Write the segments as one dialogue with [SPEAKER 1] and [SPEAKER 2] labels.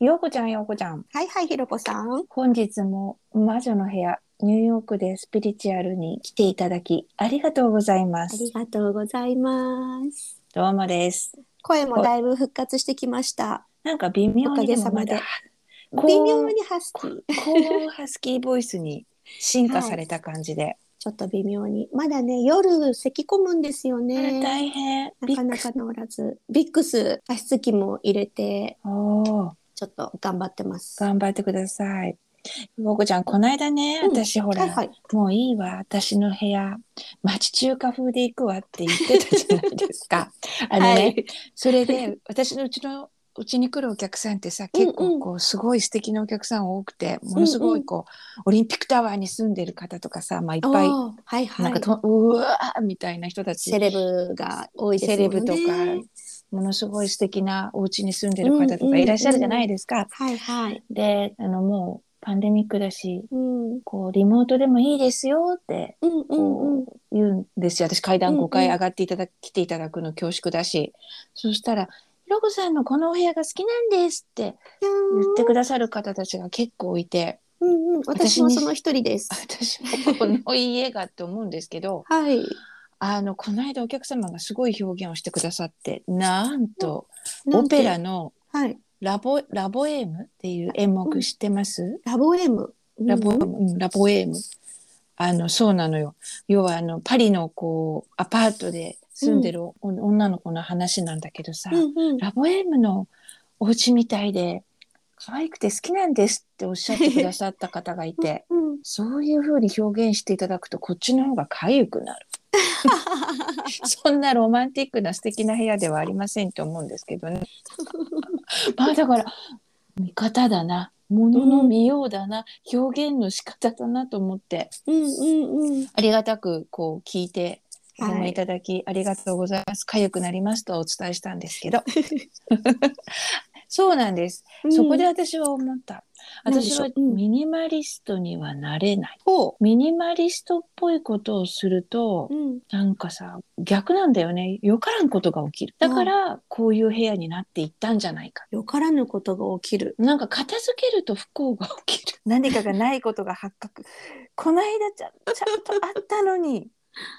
[SPEAKER 1] ようこちゃん、ようこちゃん。
[SPEAKER 2] はいはい、ひろこさん。
[SPEAKER 1] 本日も魔女の部屋、ニューヨークでスピリチュアルに来ていただき、ありがとうございま
[SPEAKER 2] あ
[SPEAKER 1] す
[SPEAKER 2] り。がとうございます。
[SPEAKER 1] どうもです。
[SPEAKER 2] 声もだいぶ復活してきました。
[SPEAKER 1] なんか微妙
[SPEAKER 2] お
[SPEAKER 1] に
[SPEAKER 2] か
[SPEAKER 1] で
[SPEAKER 2] げさ
[SPEAKER 1] も
[SPEAKER 2] ま
[SPEAKER 1] ま
[SPEAKER 2] で
[SPEAKER 1] だ、
[SPEAKER 2] 微妙
[SPEAKER 1] に
[SPEAKER 2] にハスキー。
[SPEAKER 1] 高音ハスキーボイスに進化された感じで。
[SPEAKER 2] ちょっと微妙に。まだね、夜咳込むんですよ
[SPEAKER 1] あれ
[SPEAKER 2] ね。
[SPEAKER 1] 大変。
[SPEAKER 2] なかなか治らず。ビックス、加湿器も入れて、
[SPEAKER 1] おー
[SPEAKER 2] ちょっと頑張ってます。は
[SPEAKER 1] 頑張ってください。ようこちゃん、こないだね、
[SPEAKER 2] うん
[SPEAKER 1] 私ほ
[SPEAKER 2] い
[SPEAKER 1] ら、
[SPEAKER 2] はい。
[SPEAKER 1] もういいわ、私の部屋、町中華風で行くわって言ってたじゃないですか。あのね、
[SPEAKER 2] はい。
[SPEAKER 1] それで私のうちのうちに来るお客さんってさ
[SPEAKER 2] うんうん
[SPEAKER 1] 結構こうすごい素敵なお客さん多くて、ものすごいこうオリンピックタワーに住んでる方とかさ、まあ、いっ
[SPEAKER 2] お
[SPEAKER 1] ぱい
[SPEAKER 2] ーはいはい。
[SPEAKER 1] なんかと、うわーみたいな人たち
[SPEAKER 2] セレブが多いですもんね。
[SPEAKER 1] セレブとかものすごい素敵なお家に住んでる方とかいらっしゃるじゃないですか。
[SPEAKER 2] はいはい。
[SPEAKER 1] であのもうパンデミックだし
[SPEAKER 2] うん。うん
[SPEAKER 1] こうリモートでもいいですよって
[SPEAKER 2] うんうん。
[SPEAKER 1] こう言うんですよ私階段
[SPEAKER 2] うんうん
[SPEAKER 1] 5階上がっていただ、来ていただくの恐縮だしそしたら「ひろこさんのこのお部屋が好きなんです」って言ってくださる方たちが結構いて
[SPEAKER 2] うんうん。私も
[SPEAKER 1] 私に
[SPEAKER 2] その一人です。
[SPEAKER 1] 私もこの家がって思うんですけど
[SPEAKER 2] はい。
[SPEAKER 1] あのこの間お客様がすごい表現をしてくださってなんと
[SPEAKER 2] なん
[SPEAKER 1] オ
[SPEAKER 2] て
[SPEAKER 1] ペラの
[SPEAKER 2] はい。
[SPEAKER 1] ラボ「ラボエーム」っていう演目知ってます、
[SPEAKER 2] ラボエム。
[SPEAKER 1] ラボ、
[SPEAKER 2] うん
[SPEAKER 1] うん、ラボエーム。あの、そうなのよ。要は、あの、パリの、こう、アパートで住んでるお、女の子の話なんだけどさ、
[SPEAKER 2] うんうん。、
[SPEAKER 1] ラボエームのお家みたいで、可愛くて好きなんですっておっしゃってくださった方がいて
[SPEAKER 2] うん。
[SPEAKER 1] そういう風に表現していただくと、こっちの方が痒くなる。 そんなロマンティックな素敵な部屋ではありませんと思うんですけどね。まあだから見方だなものの見ようだな、表現の仕方だなと思って
[SPEAKER 2] うんうんうん。
[SPEAKER 1] ありがたくこう聞いて。
[SPEAKER 2] はい
[SPEAKER 1] ご覧いただきありがとうございます。痒くなりますとはお伝えしたんですけど。そうなんです。そこで
[SPEAKER 2] うん。
[SPEAKER 1] 私は思った。
[SPEAKER 2] 何でし
[SPEAKER 1] 私
[SPEAKER 2] ょう
[SPEAKER 1] は
[SPEAKER 2] うん
[SPEAKER 1] ミニマリストにはなれない。
[SPEAKER 2] ほ
[SPEAKER 1] ミニマリストっぽいことをすると、
[SPEAKER 2] う。うん。
[SPEAKER 1] なんかさ逆なんだよねよからんことが起きるだからこういう部屋になっていったんじゃないか
[SPEAKER 2] よからぬことが起きる。
[SPEAKER 1] なんか片付けると不幸が起きる 何かがないことが発覚この間ちゃちゃんとあったのに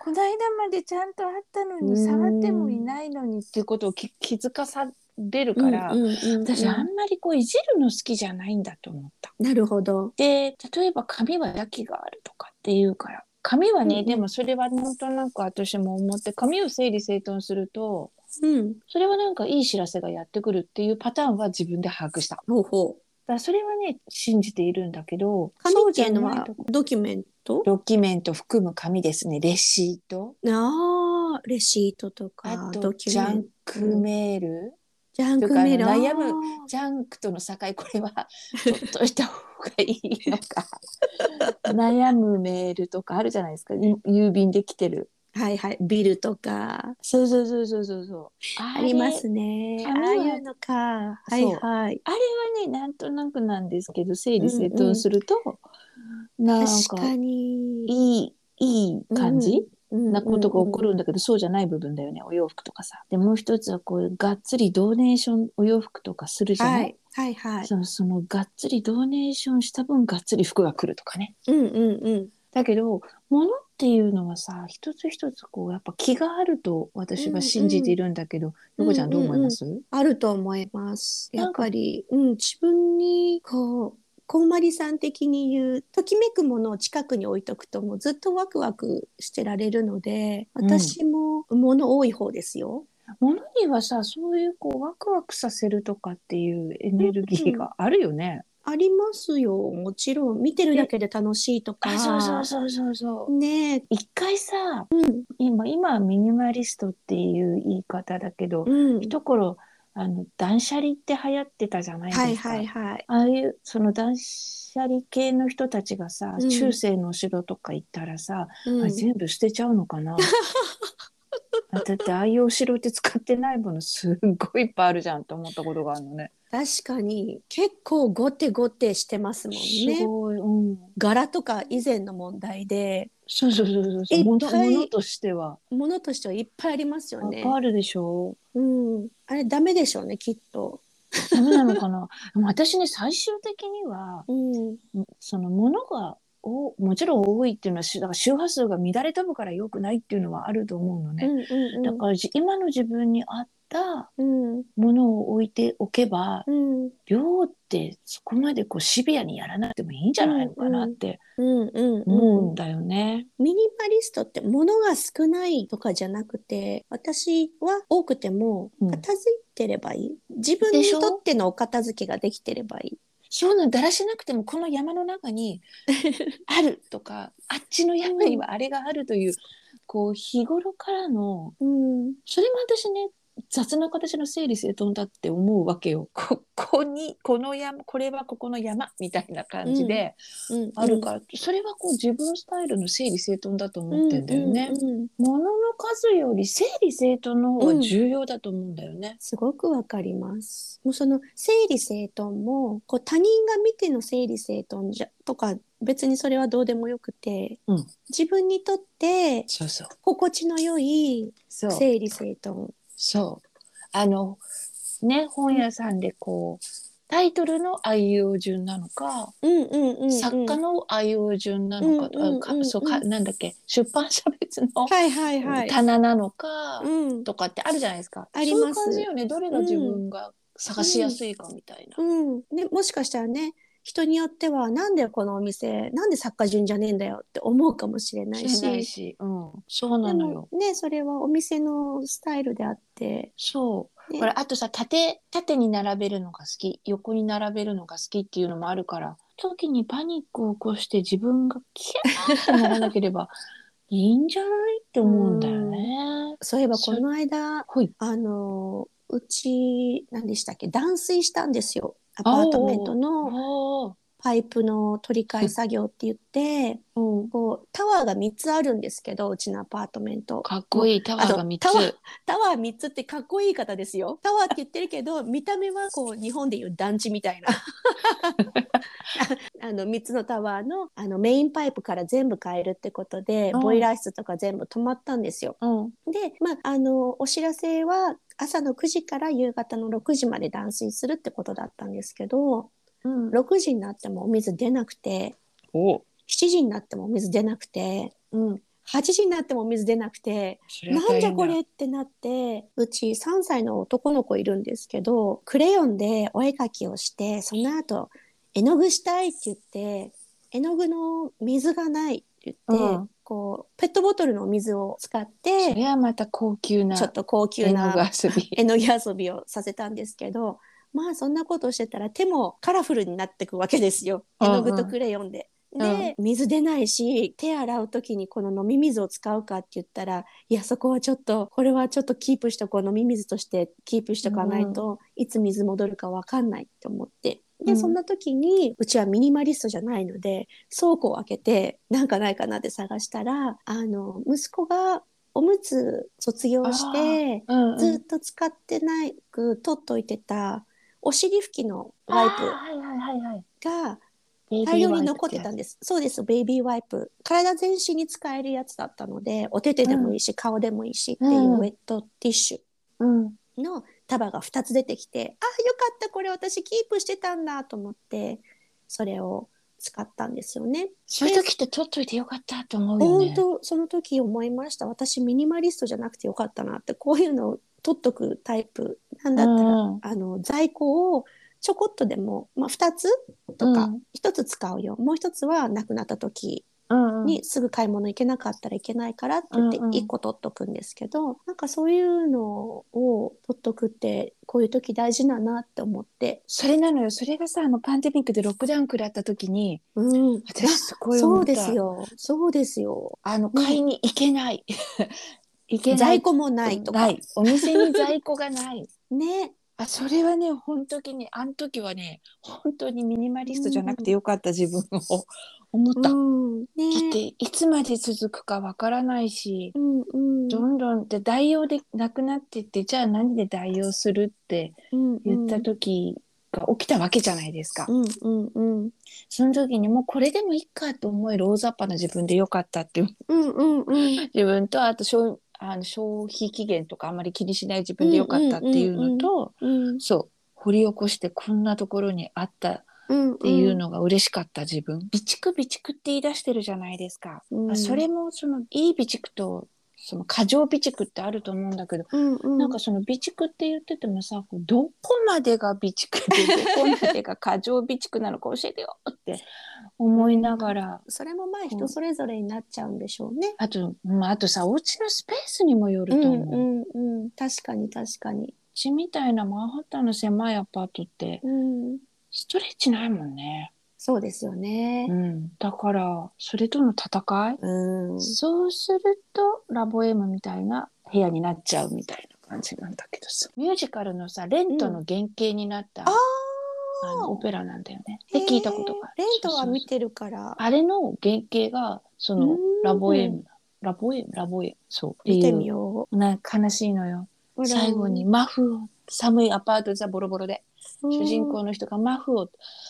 [SPEAKER 1] この間までちゃんとあったの
[SPEAKER 2] う
[SPEAKER 1] に
[SPEAKER 2] ん
[SPEAKER 1] 触ってもいないのにっていうことをき気づかされるから、
[SPEAKER 2] うんうんうん
[SPEAKER 1] 私あんまりこういじるの好きじゃないんだと思った。
[SPEAKER 2] なるほど。
[SPEAKER 1] で例えば髪は邪気があるとかっていうから髪はね、
[SPEAKER 2] うんうん
[SPEAKER 1] でもそれはなんとなく私も思って髪を整理整頓すると
[SPEAKER 2] うん。
[SPEAKER 1] それはなんかいい知らせがやってくるっていうパターンは自分で把握しただか
[SPEAKER 2] ほうほう。
[SPEAKER 1] らそれはね信じているんだけど
[SPEAKER 2] 紙っていうの
[SPEAKER 1] そうじゃない
[SPEAKER 2] は
[SPEAKER 1] とこ
[SPEAKER 2] ドキュメント
[SPEAKER 1] ドキュメント含む紙ですねレシート
[SPEAKER 2] ああ、レシートと
[SPEAKER 1] あ
[SPEAKER 2] か、
[SPEAKER 1] と
[SPEAKER 2] ドキ
[SPEAKER 1] ジ
[SPEAKER 2] ュメ
[SPEAKER 1] ャ
[SPEAKER 2] ン
[SPEAKER 1] ン
[SPEAKER 2] ト。
[SPEAKER 1] クメール、
[SPEAKER 2] ジャンクメール。
[SPEAKER 1] とかあの悩む
[SPEAKER 2] あー
[SPEAKER 1] ジャンクとの境これ は取っといた方がいいのか悩むメールとかあるじゃないですかゆ郵便で来てる
[SPEAKER 2] はいはい。ビルとか。
[SPEAKER 1] そうそうそうそうそうそう。あ
[SPEAKER 2] あ
[SPEAKER 1] れ
[SPEAKER 2] りますね。あ
[SPEAKER 1] 紙は
[SPEAKER 2] あいうのか。はい
[SPEAKER 1] そう
[SPEAKER 2] はい。
[SPEAKER 1] あれはね、なんとなくなんですけど、整理整頓すると、なん
[SPEAKER 2] 確
[SPEAKER 1] か
[SPEAKER 2] かに。
[SPEAKER 1] いい、いい感じ、なことが起こ
[SPEAKER 2] る。
[SPEAKER 1] るんだけど、そうじゃない部分だよね、お洋服とかさ。で、もう一つはこういうがっつりドーネーション、お洋服とかするじゃない、
[SPEAKER 2] はいはいはい。
[SPEAKER 1] そのそのがっつりドーネーションした分がっつり服が来るとかね。
[SPEAKER 2] うんうんうん。
[SPEAKER 1] だけど物っていうのはさ一つ一つこうやっぱ気があると私は信じているんだけど、
[SPEAKER 2] うんうん
[SPEAKER 1] ヨコちゃんどう思います、
[SPEAKER 2] あると思います。
[SPEAKER 1] な
[SPEAKER 2] や
[SPEAKER 1] ん
[SPEAKER 2] っ
[SPEAKER 1] か
[SPEAKER 2] ぱり、うん、自分に、こう、こんまりさん的に言う、ときめくものを近くに置いとくと、もうずっとワクワクしてられるので、
[SPEAKER 1] うん
[SPEAKER 2] 私も物多い方ですよ。
[SPEAKER 1] 物にはさそういうこうワクワクさせるとかっていうエネルギーがあるよね。
[SPEAKER 2] ありますよ、もちろん。見てるだけで楽しいとか。
[SPEAKER 1] そうそうそう。
[SPEAKER 2] ねえ、
[SPEAKER 1] 一回さ、今今はミニマリストっていう言い方だけど、
[SPEAKER 2] うん。
[SPEAKER 1] 一頃あの断捨離って流行ってたじゃないですか。
[SPEAKER 2] はいはいはい。
[SPEAKER 1] ああいうその断捨離系の人たちがさ、
[SPEAKER 2] うん
[SPEAKER 1] 中世のお城とか行ったらさ、
[SPEAKER 2] うん
[SPEAKER 1] あれ全部捨てちゃうのか なだってああいうお城って使ってないものすっごいいっぱいあるじゃんと思ったことがあるのね。
[SPEAKER 2] 確かに、結構ゴテゴテしてますもん
[SPEAKER 1] す
[SPEAKER 2] ね。
[SPEAKER 1] ごい、うん、
[SPEAKER 2] 柄とか以前の問題で、
[SPEAKER 1] そうそうそうそうそう。
[SPEAKER 2] いっ
[SPEAKER 1] もの
[SPEAKER 2] ぱい
[SPEAKER 1] ものとしては。
[SPEAKER 2] 物としてはいっぱいありますよ
[SPEAKER 1] いっ
[SPEAKER 2] ね
[SPEAKER 1] ぱい。あるでしょ
[SPEAKER 2] うん、あれダメでしょうねきっと。
[SPEAKER 1] ダメなのかな でも私ね最終的には
[SPEAKER 2] うん。
[SPEAKER 1] そのものがおもちろん多いっていうのはしだから周波数が乱れ飛ぶから良くないっていうのはあると思うの
[SPEAKER 2] う
[SPEAKER 1] ね。
[SPEAKER 2] んうんうん。
[SPEAKER 1] だからじ今の自分に合った
[SPEAKER 2] うん。
[SPEAKER 1] ものを置いておけば
[SPEAKER 2] うん。
[SPEAKER 1] 量ってそこまでこうシビアにやらなくてもいいんじゃないのかなって
[SPEAKER 2] うんうん
[SPEAKER 1] 思う
[SPEAKER 2] うん
[SPEAKER 1] んだよね。
[SPEAKER 2] ミニマリストって物が少ないとかじゃなくて私は多くても
[SPEAKER 1] うん
[SPEAKER 2] 片付いてればいい、自分
[SPEAKER 1] で
[SPEAKER 2] に
[SPEAKER 1] しょ
[SPEAKER 2] とってのお片付けができてればいい
[SPEAKER 1] そうなんだらしなくてもこの山の中 にあるとかあっちの山にはあれがあるというこう日頃からの
[SPEAKER 2] うん
[SPEAKER 1] それも私ね雑な形の整理整頓だって思うわけよ。 ここにこの山これはここの山みたいな感じで
[SPEAKER 2] うん
[SPEAKER 1] あるから、それはこう自分スタイルの整理整頓だと思ってんだよね。
[SPEAKER 2] うんうんうん
[SPEAKER 1] 物の数より整理整頓の方が重要だと思うんだよね。
[SPEAKER 2] すごくわかりますもうその整理整頓もこう他人が見ての整理整頓じゃとか別にそれはどうでもよくて、
[SPEAKER 1] うん
[SPEAKER 2] 自分にとって
[SPEAKER 1] そうそう
[SPEAKER 2] 心地の良い
[SPEAKER 1] そう
[SPEAKER 2] 整理整頓
[SPEAKER 1] そうあのね本屋さんでこうタイトルのあいうえお順なのか、
[SPEAKER 2] うんうんうんうん
[SPEAKER 1] 作家のあいうえお順なのか,、
[SPEAKER 2] うんうんうんうん
[SPEAKER 1] かそうかなんだっけ出版社別の
[SPEAKER 2] はいはいはい
[SPEAKER 1] 棚なのか
[SPEAKER 2] うん
[SPEAKER 1] とかってあるじゃないですか。
[SPEAKER 2] あり
[SPEAKER 1] そう
[SPEAKER 2] ます
[SPEAKER 1] いう感じよねどれが自分が探しやすいかみたいな。
[SPEAKER 2] うん、ね、もしかしたらね人によってはなんでこのお店なんで作家順じゃねえんだよって思うかもしれないし
[SPEAKER 1] してないし、うん、そう
[SPEAKER 2] で
[SPEAKER 1] なのよ
[SPEAKER 2] も。ねそれはお店のスタイルであって、
[SPEAKER 1] そう
[SPEAKER 2] ね
[SPEAKER 1] ほらあとさ縦縦に並べるのが好き横に並べるのが好きっていうのもあるから時にパニックを起こして自分がキャーってならなければいいんじゃないって思うんだよね。
[SPEAKER 2] そういえばこの間
[SPEAKER 1] ほい
[SPEAKER 2] あのうち何でしたっけ断水したんですよアパートメントの
[SPEAKER 1] おー
[SPEAKER 2] パイプの取り替え作業って言って
[SPEAKER 1] うん
[SPEAKER 2] こうタワーが3つあるんですけどうちのアパートメント。
[SPEAKER 1] かっこいいタワーが3
[SPEAKER 2] あとタワー
[SPEAKER 1] つ。
[SPEAKER 2] タワー3つってかっこいい言い方ですよ。タワーって言ってるけ ど、見た目はこう日本でいう団地みたいな。 あの3つのタワーのあのメインパイプから全部変えるってことで、
[SPEAKER 1] うん
[SPEAKER 2] ボイラー室とか全部止まったんですよ。
[SPEAKER 1] うん、
[SPEAKER 2] で、まあ、あの、お知らせは朝の9時から夕方の6時まで断水するってことだったんですけど、
[SPEAKER 1] うん、
[SPEAKER 2] 6時になってもお水出なくて、
[SPEAKER 1] お
[SPEAKER 2] 7時になってもお水出なくて、
[SPEAKER 1] うん、
[SPEAKER 2] 8時になってもお水出なくて、
[SPEAKER 1] それは
[SPEAKER 2] なん
[SPEAKER 1] 大変
[SPEAKER 2] じ
[SPEAKER 1] だ
[SPEAKER 2] ゃこれってなってうち3歳の男の子いるんですけどクレヨンでお絵描きをしてその後絵の具したいって言って絵の具の水がないって言って、
[SPEAKER 1] うん
[SPEAKER 2] こうペットボトルの水を使っ
[SPEAKER 1] そ
[SPEAKER 2] て
[SPEAKER 1] れはまた高級な
[SPEAKER 2] ちょっと高級
[SPEAKER 1] 絵の具
[SPEAKER 2] な
[SPEAKER 1] 遊び。
[SPEAKER 2] 絵の具遊びをさせたんですけどまあそんなことしてたら手もカラフルになってくわけですよ
[SPEAKER 1] う
[SPEAKER 2] 絵
[SPEAKER 1] んうん
[SPEAKER 2] の具とクレヨンで。で、水出ないし手洗う時にこの飲み水を使うかって言ったらいやそこはちょっとこれはちょっとキープしとこう飲み水としてキープしとかないと、いつ水戻るかわかんないって思って。で、
[SPEAKER 1] うん
[SPEAKER 2] そんな時にうちはミニマリストじゃないので倉庫を開けてなんかないかなって探したらあの息子がおむつ卒業して
[SPEAKER 1] うんうん
[SPEAKER 2] ずっと使ってないく取っといてたお尻拭きのワイ
[SPEAKER 1] あーはいはいはいはい
[SPEAKER 2] プが
[SPEAKER 1] ベイビー
[SPEAKER 2] 大量
[SPEAKER 1] ワ
[SPEAKER 2] に
[SPEAKER 1] イプ
[SPEAKER 2] 残ってた
[SPEAKER 1] や
[SPEAKER 2] んです。そうです、ベイビーワイプ。体全身に使えるやつだったので、お手手でもいいし、顔でもいいしっていううんウェットティッシ
[SPEAKER 1] つ。うん
[SPEAKER 2] ュの束が2つ出てきて、あ、よかった、これ私キープしてたんだと思って、それを使ったんですよね。
[SPEAKER 1] そういう時って取っといてよかったと思うよね。
[SPEAKER 2] 本当、その時思いました。私ミニマリストじゃなくてよかったなって、こういうのを取っとくタイプなんだったら、
[SPEAKER 1] うん
[SPEAKER 2] あの、在庫をちょこっとでも、まあ、2つとか、1つ使うよ。もう1つはなくなった時
[SPEAKER 1] うんうん
[SPEAKER 2] にすぐ買い物行けなかったらいけないからって言って
[SPEAKER 1] うんうん
[SPEAKER 2] 1個取っとくんですけど、なんかそういうのを取っとくってこういう時大事だなって思って、
[SPEAKER 1] それなのよそれがさあのパンデミックでロックダウン食らった時に
[SPEAKER 2] うん、
[SPEAKER 1] 私すごい
[SPEAKER 2] そ
[SPEAKER 1] 思
[SPEAKER 2] う
[SPEAKER 1] った
[SPEAKER 2] ですよそうですよ
[SPEAKER 1] あの
[SPEAKER 2] うん
[SPEAKER 1] 買いに行けない 行けない
[SPEAKER 2] 在庫もないとか
[SPEAKER 1] ないお店に在庫がない
[SPEAKER 2] ね
[SPEAKER 1] あそれはね本当にあの時はね本当にミニマリストじゃなくてよかった自分を思った、
[SPEAKER 2] うん
[SPEAKER 1] だっ
[SPEAKER 2] ね
[SPEAKER 1] ていつまで続くかわからないし
[SPEAKER 2] うんうん
[SPEAKER 1] どんどんって代用でなくなってってじゃあ何で代用するって
[SPEAKER 2] うん
[SPEAKER 1] 言った時が起きたわけじゃないですか、
[SPEAKER 2] うんうんうん
[SPEAKER 1] その時にもうこれでもいいかと思える大雑把な自分でよかったっていう
[SPEAKER 2] うんうんうん
[SPEAKER 1] 自分とあと消あの消費期限とかあんまり気にしない自分でよかったっていうのと、
[SPEAKER 2] うん
[SPEAKER 1] そう掘り起こしてこんなところにあったっ
[SPEAKER 2] うんって
[SPEAKER 1] いうのが嬉しかった自分、備蓄備蓄って言い出してるじゃないですか、
[SPEAKER 2] うん
[SPEAKER 1] あそれもそのいい備蓄とその過剰備蓄ってあると思うんだけど、
[SPEAKER 2] な
[SPEAKER 1] なんかその備蓄って言っててもさこうどこまでが備蓄でどこまでが過剰備蓄なのか教えてよって思いながら
[SPEAKER 2] それもまあ
[SPEAKER 1] ん
[SPEAKER 2] 人それぞれになっちゃうんでしょうね。
[SPEAKER 1] あと,、まあ、あとさお家のスペースにもよる
[SPEAKER 2] う
[SPEAKER 1] と
[SPEAKER 2] ん
[SPEAKER 1] 思う。う
[SPEAKER 2] うんうん確かに確かに。
[SPEAKER 1] ちみたいなマンハッタンの狭いアパートって
[SPEAKER 2] うん
[SPEAKER 1] ストレッチないもんね、
[SPEAKER 2] そうですよね
[SPEAKER 1] う。ん、だからそれとの戦い
[SPEAKER 2] うん
[SPEAKER 1] そうするとラボエムみたいな部屋になっちゃうみたいな感じなんだけどさミュージカルのさレントの原型になった、
[SPEAKER 2] あ
[SPEAKER 1] あのオペラなんだよね。
[SPEAKER 2] あ
[SPEAKER 1] で聞いたことがある。
[SPEAKER 2] レント
[SPEAKER 1] そう
[SPEAKER 2] は
[SPEAKER 1] そう
[SPEAKER 2] 見てるから。
[SPEAKER 1] あれの原型がそうの
[SPEAKER 2] ん
[SPEAKER 1] ラボエムラボエムラボエムそう
[SPEAKER 2] 見てみ
[SPEAKER 1] よ
[SPEAKER 2] よ
[SPEAKER 1] うな悲しいのよ。
[SPEAKER 2] う。
[SPEAKER 1] 最後にマフを寒いアパートでさボロボロで
[SPEAKER 2] うん
[SPEAKER 1] 主人 公の人がマフを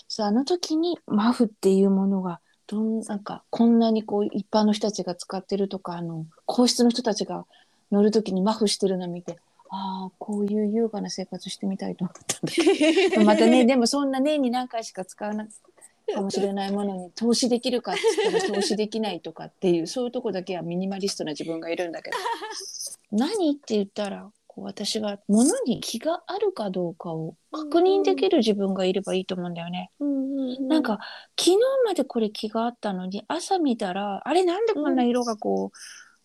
[SPEAKER 1] さあの時にマフっていうものがどんなんかこんなにこう一般の人たちが使ってるとかあの皇室の人たちが乗る時にマフしてるの見てああこういう優雅な生活してみたいと思ったんだけど。またね でもそんな年に何回しか使わないかもしれないものに投資できるかって言ったら投資できないとかっていうそういうとこだけはミニマリストな自分がいるんだけど何って言ったらこう私が物に気があるかどうかを確認できる自分がいればいいと思うんだよね。
[SPEAKER 2] うんうん
[SPEAKER 1] なんか昨日までこれ気があったのに朝見たらあれなんでこんな色がこ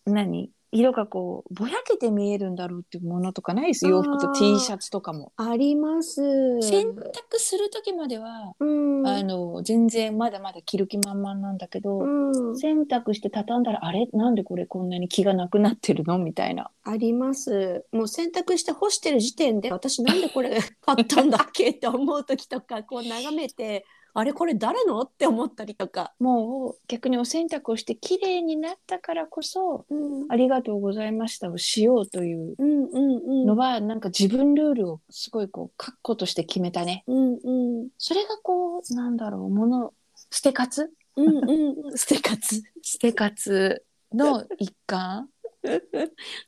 [SPEAKER 1] う、何色がこうぼやけて見えるんだろうっていうものとかないです洋服と
[SPEAKER 2] あー
[SPEAKER 1] T シャツとかも。
[SPEAKER 2] あります。
[SPEAKER 1] 洗濯する時までは、
[SPEAKER 2] うん
[SPEAKER 1] あの全然まだまだ着る気満々なんだけど、
[SPEAKER 2] うん
[SPEAKER 1] 洗濯して畳んだらあれなんでこれこんなに気がなくなってるのみたいな
[SPEAKER 2] あります。もう洗濯して干してる時点で私なんでこれ買ったんだっけって思う時とかこう眺めてあれこれ誰のって思ったりとか。
[SPEAKER 1] もう逆にお洗濯をして綺麗になったからこそ
[SPEAKER 2] うん
[SPEAKER 1] ありがとうございましたをしようという
[SPEAKER 2] うんうんう
[SPEAKER 1] の
[SPEAKER 2] ん
[SPEAKER 1] は、なんか自分ルールをすごいこう確固として決めたね
[SPEAKER 2] うんうん
[SPEAKER 1] それがこうなんだろうもの捨て活
[SPEAKER 2] うんうん捨て活。
[SPEAKER 1] 捨て活の一環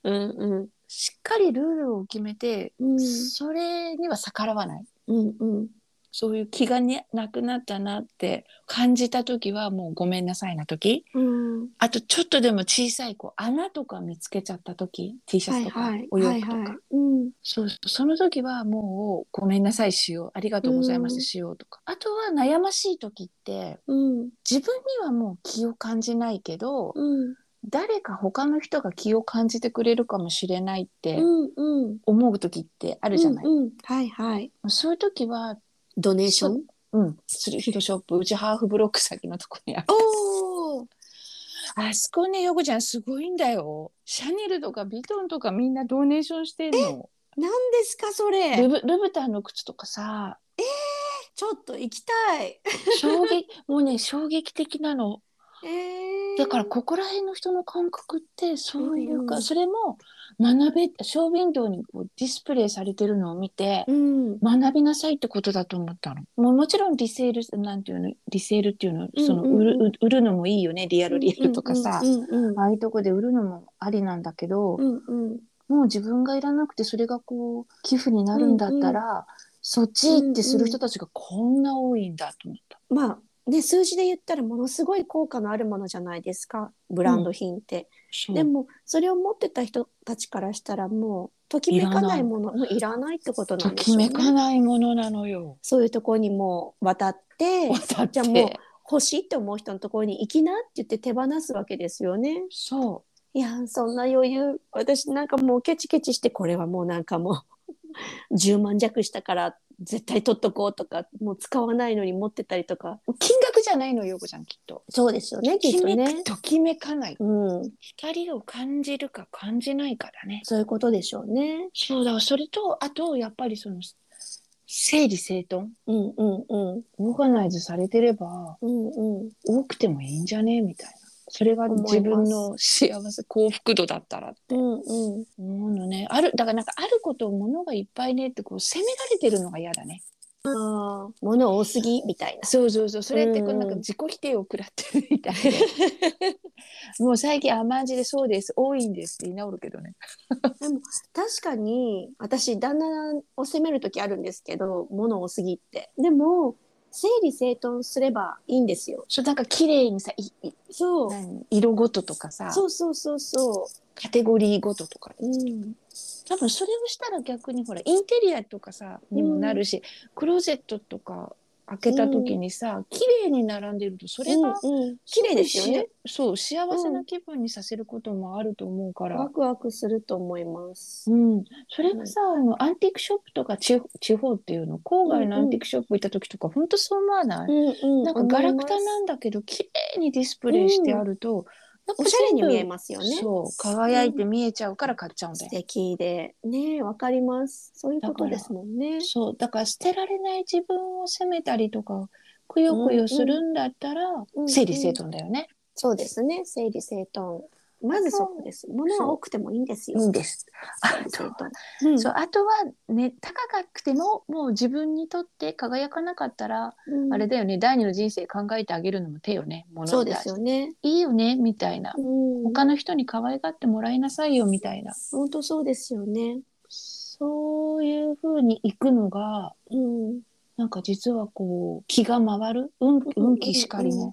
[SPEAKER 2] うんうん
[SPEAKER 1] しっかりルールを決めて
[SPEAKER 2] うん
[SPEAKER 1] それには逆らわない
[SPEAKER 2] うんうん。
[SPEAKER 1] そういう気が、ね、なくなったなって感じた時はもうごめんなさいな時
[SPEAKER 2] うん
[SPEAKER 1] あとちょっとでも小さいこう穴とか見つけちゃった時 T シャツとか、お洋服とか、
[SPEAKER 2] はいはいうん
[SPEAKER 1] そうそうその時はもうごめんなさいしようありがとうございまし
[SPEAKER 2] う
[SPEAKER 1] た
[SPEAKER 2] ん
[SPEAKER 1] しようとか、あとは悩ましい時って
[SPEAKER 2] うん
[SPEAKER 1] 自分にはもう気を感じないけど
[SPEAKER 2] うん
[SPEAKER 1] 誰か他の人が気を感じてくれるかもしれないって
[SPEAKER 2] うんうん。
[SPEAKER 1] 思う時ってあるじゃない、
[SPEAKER 2] うんうんはいはい。
[SPEAKER 1] そういう時は
[SPEAKER 2] ドネーション。
[SPEAKER 1] うん、スリフトショップうちハーフブロック先のとこにある
[SPEAKER 2] おお。
[SPEAKER 1] あそこね、ヨコちゃんすごいんだよ。シャネルとかビトンとかみんなドネーションしてんの。
[SPEAKER 2] なんですかそれ。
[SPEAKER 1] ルブルブタンの靴とかさ、
[SPEAKER 2] ちょっと行きたい。
[SPEAKER 1] 衝 撃、もうね、衝撃的なの。
[SPEAKER 2] えー
[SPEAKER 1] だからここら辺の人の感覚ってそういうか、
[SPEAKER 2] うん
[SPEAKER 1] それも学べ、ショーウィンドウにこうディスプレイされてるのを見て、
[SPEAKER 2] うん
[SPEAKER 1] 学びなさいってことだと思ったの。もうもちろんリセール、なんていうの、リセールっていうの、その
[SPEAKER 2] うんうん
[SPEAKER 1] 売
[SPEAKER 2] うん
[SPEAKER 1] る、売るのもいいよね、リアルリアルとかさ
[SPEAKER 2] う。んうん
[SPEAKER 1] ああいうとこで売るのもありなんだけど、
[SPEAKER 2] うんうん
[SPEAKER 1] もう自分がいらなくてそれがこう寄付になるんだったら、そっち行ってする人たちがこんな多いんだと思った。
[SPEAKER 2] まあね数字で言ったらものすごい効果のあるものじゃないですかブランド品って、
[SPEAKER 1] そう
[SPEAKER 2] でもそれを持ってた人たちからしたらもうときめかないものもういらないってことな
[SPEAKER 1] と
[SPEAKER 2] んでし
[SPEAKER 1] き
[SPEAKER 2] ょうね
[SPEAKER 1] めかないものなのよ。
[SPEAKER 2] そういうところにもう渡って
[SPEAKER 1] だっ
[SPEAKER 2] じ
[SPEAKER 1] て
[SPEAKER 2] ゃあもう欲しいって思う人のところに行きなって言って手放すわけですよね
[SPEAKER 1] そ
[SPEAKER 2] いやーそんな余裕私なんかもうケチケチしてこれはもうなんかもう 10万弱したから絶対取っとこうとかもう使わないのに持ってたりとか
[SPEAKER 1] う金額じゃないのよ、こちゃんきっと。
[SPEAKER 2] そうですよねき
[SPEAKER 1] き
[SPEAKER 2] っと
[SPEAKER 1] めく
[SPEAKER 2] ね、
[SPEAKER 1] ときめかない。
[SPEAKER 2] うん、
[SPEAKER 1] 光を感じるか感じないかだね。
[SPEAKER 2] そういうことでしょうね
[SPEAKER 1] そうだわ、それとあとやっぱりその整理整頓、
[SPEAKER 2] うんうんうん
[SPEAKER 1] オーガナイズされてれば
[SPEAKER 2] うんうん
[SPEAKER 1] 多くてもいいんじゃねみたいな。それが自分の幸せ幸福度だったら
[SPEAKER 2] うんうん
[SPEAKER 1] 思うのねあるだからなんかあることを物がいっぱいねってこう責められてるのが嫌だね
[SPEAKER 2] ああ物多すぎみたいな
[SPEAKER 1] そうそうそうそれってこ
[SPEAKER 2] う
[SPEAKER 1] うんなんか自己否定を食らってるみたいで、もう最近甘んじでそうです多いんですって言い直るけどね。
[SPEAKER 2] でも確かに私旦那を責める時あるんですけど物多すぎってでも整理整頓すればいいんですよ
[SPEAKER 1] そうなんか綺麗にさいい
[SPEAKER 2] そう
[SPEAKER 1] 何色ごととかさ
[SPEAKER 2] そうそうそうそ
[SPEAKER 1] カテゴリーごととか
[SPEAKER 2] ううん
[SPEAKER 1] 多分それをしたら逆にほらインテリアとかさにもなるし、クローゼットとか開けた時にさ、綺麗に並んでるとそれが、
[SPEAKER 2] うんうん綺麗ですよね
[SPEAKER 1] し。そう、幸せな気分にさせることもあると思うから。
[SPEAKER 2] ワクワクすると思います
[SPEAKER 1] うん、それがさ、あのアンティークショップとか地方地方っていうの郊外のアンティークショップ行った時とか、ほんとそう思わない、
[SPEAKER 2] うん
[SPEAKER 1] なんかガラクタなんだけど綺麗にディスプレイしてあると、なんか
[SPEAKER 2] おしゃれに見え
[SPEAKER 1] ま
[SPEAKER 2] ますよね
[SPEAKER 1] そう輝いて見えちゃうから買っちゃうんだ
[SPEAKER 2] 素
[SPEAKER 1] よ、
[SPEAKER 2] 敵でねえわかりますそういうことですもんね
[SPEAKER 1] そうだから捨てられない自分を責めたりとかくよくよするんだったら、
[SPEAKER 2] うん
[SPEAKER 1] 整理整頓だよね、
[SPEAKER 2] そうですね整理整頓まずそこです物は多くてもいいんですよ
[SPEAKER 1] いいですあ
[SPEAKER 2] 整理整
[SPEAKER 1] と
[SPEAKER 2] 頓
[SPEAKER 1] そうあとはね高くてももう自分にとって輝かなかったら、
[SPEAKER 2] うん
[SPEAKER 1] あれだよね第二の人生考えてあげるのも手よね物に
[SPEAKER 2] そうで
[SPEAKER 1] 対し
[SPEAKER 2] す
[SPEAKER 1] て
[SPEAKER 2] よね
[SPEAKER 1] いいよねみたいな、
[SPEAKER 2] うん
[SPEAKER 1] 他の人に可愛がってもらいなさいよみたいな
[SPEAKER 2] 本当そうですよね
[SPEAKER 1] そういう風に行くのが
[SPEAKER 2] うん
[SPEAKER 1] なんか実はこう気が回る運運気しかりね、
[SPEAKER 2] うん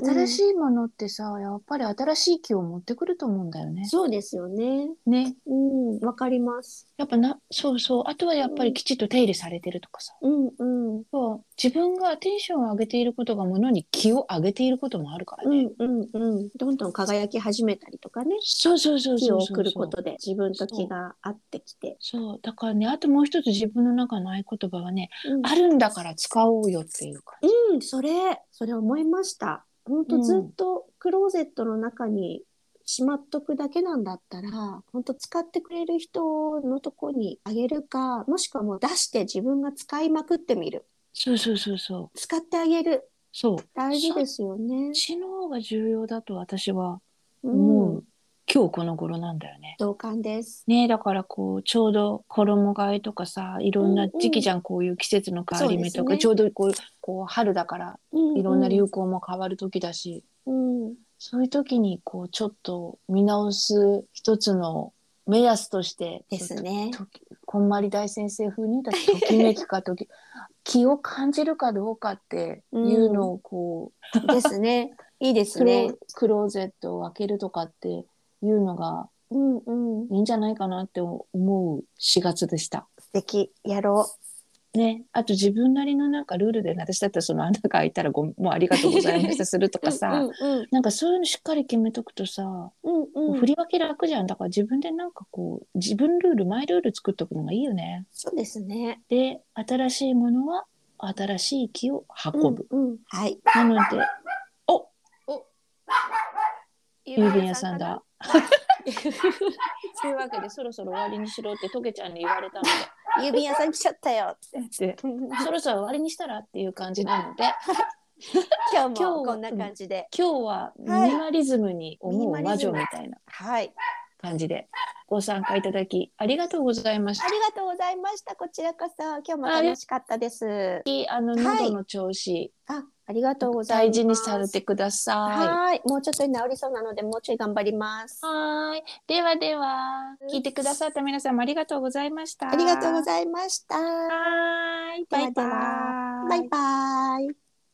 [SPEAKER 1] 新しいものってさやっぱり新しい気を持ってくると思うんだよね。
[SPEAKER 2] そうですよね
[SPEAKER 1] ね
[SPEAKER 2] うんわかります
[SPEAKER 1] やっぱなそうそうあとはやっぱりきちっと手入れされてるとかさ、
[SPEAKER 2] うんうん
[SPEAKER 1] そう自分がテンションを上げていることがものに気を上げていることもあるから
[SPEAKER 2] う
[SPEAKER 1] ね。
[SPEAKER 2] んうんうんどんどん輝き始めたりとかね
[SPEAKER 1] そうそうそう
[SPEAKER 2] 気
[SPEAKER 1] そ
[SPEAKER 2] を
[SPEAKER 1] うそう
[SPEAKER 2] 送ることで自分と気が合ってきて、
[SPEAKER 1] そうだからねあともう一つ自分の中の合言葉はね
[SPEAKER 2] うん
[SPEAKER 1] あるんだから使おうよっていうか
[SPEAKER 2] うん、それ、それ思いました。本
[SPEAKER 1] う
[SPEAKER 2] 当
[SPEAKER 1] ん
[SPEAKER 2] ずっとクローゼットの中にしまっとくだけなんだったら、本当使ってくれる人のとこにあげるか、もしくはもう出して自分が使いまくってみる。
[SPEAKER 1] そうそうそうそう
[SPEAKER 2] 使ってあげる。
[SPEAKER 1] そう
[SPEAKER 2] 大事ですよね。
[SPEAKER 1] 知の方が重要だと私は
[SPEAKER 2] う
[SPEAKER 1] 思う、
[SPEAKER 2] ん。
[SPEAKER 1] 今日この頃なんだよね。
[SPEAKER 2] 同感です。
[SPEAKER 1] ねだからこうちょうど衣替えとかさいろんな時期じゃん、こういう季節の変わり目と
[SPEAKER 2] そう
[SPEAKER 1] か、
[SPEAKER 2] で
[SPEAKER 1] ち
[SPEAKER 2] すね
[SPEAKER 1] ょうどこうこう春だからいろんな
[SPEAKER 2] 理由
[SPEAKER 1] 流行も変わる時だし、
[SPEAKER 2] うん。
[SPEAKER 1] そういう時にこうちょっと見直す一つの目安として
[SPEAKER 2] です ね。
[SPEAKER 1] ときこんまり大先生風に言ったらときめきかとき 気を感じるかどうかっていうのをこう、
[SPEAKER 2] ですね。いいです
[SPEAKER 1] クロ
[SPEAKER 2] ね。
[SPEAKER 1] クローゼットを開けるとかっていうのが
[SPEAKER 2] うんうん。
[SPEAKER 1] いいんじゃないかなって思う4月でした。
[SPEAKER 2] 素敵。やろ
[SPEAKER 1] ね、あと自分なりのなんかルールでね私だったらその穴が開いたらごめんもうありがとうございましたすると
[SPEAKER 2] う。
[SPEAKER 1] かさ、
[SPEAKER 2] うん
[SPEAKER 1] なんかそういうのしっかり決めとくとさ、
[SPEAKER 2] うん。うんうん
[SPEAKER 1] 振。り分け楽じゃんだから自分でなんかこう自分ルールマイルール作っとくのがいいよね。
[SPEAKER 2] そうですね。
[SPEAKER 1] で新しいものは新しい木を運ぶ。
[SPEAKER 2] うんうん。はい。
[SPEAKER 1] なのでお郵便屋さんだ。というわけでそろそろ終わりにしろってトゲちゃんに言われたの
[SPEAKER 2] 郵便屋さん来ちゃったよ って。
[SPEAKER 1] ででそろそろ終わりにしたらっていう感じなので
[SPEAKER 2] 今
[SPEAKER 1] 今
[SPEAKER 2] 日
[SPEAKER 1] 日
[SPEAKER 2] もこんな感じで。
[SPEAKER 1] 今日はミニマリズムに思う魔女みたいな
[SPEAKER 2] はい。
[SPEAKER 1] 感じでご参加いただきありがとうございまし
[SPEAKER 2] あ
[SPEAKER 1] た。
[SPEAKER 2] りがとうございました。こちらこそ今日も楽しかったです。
[SPEAKER 1] あの
[SPEAKER 2] はい
[SPEAKER 1] 喉の調子、
[SPEAKER 2] あ、ありがとうござい
[SPEAKER 1] 大
[SPEAKER 2] ます。
[SPEAKER 1] 事にされてくださ
[SPEAKER 2] はい。もうちょっとに治りそうなので、もうちょい頑張ります
[SPEAKER 1] い。。はい。ではでは、聞いてくださった皆さんもありがとうございました。
[SPEAKER 2] ありがとうございました。
[SPEAKER 1] はい。バイバイ。
[SPEAKER 2] バイバイ。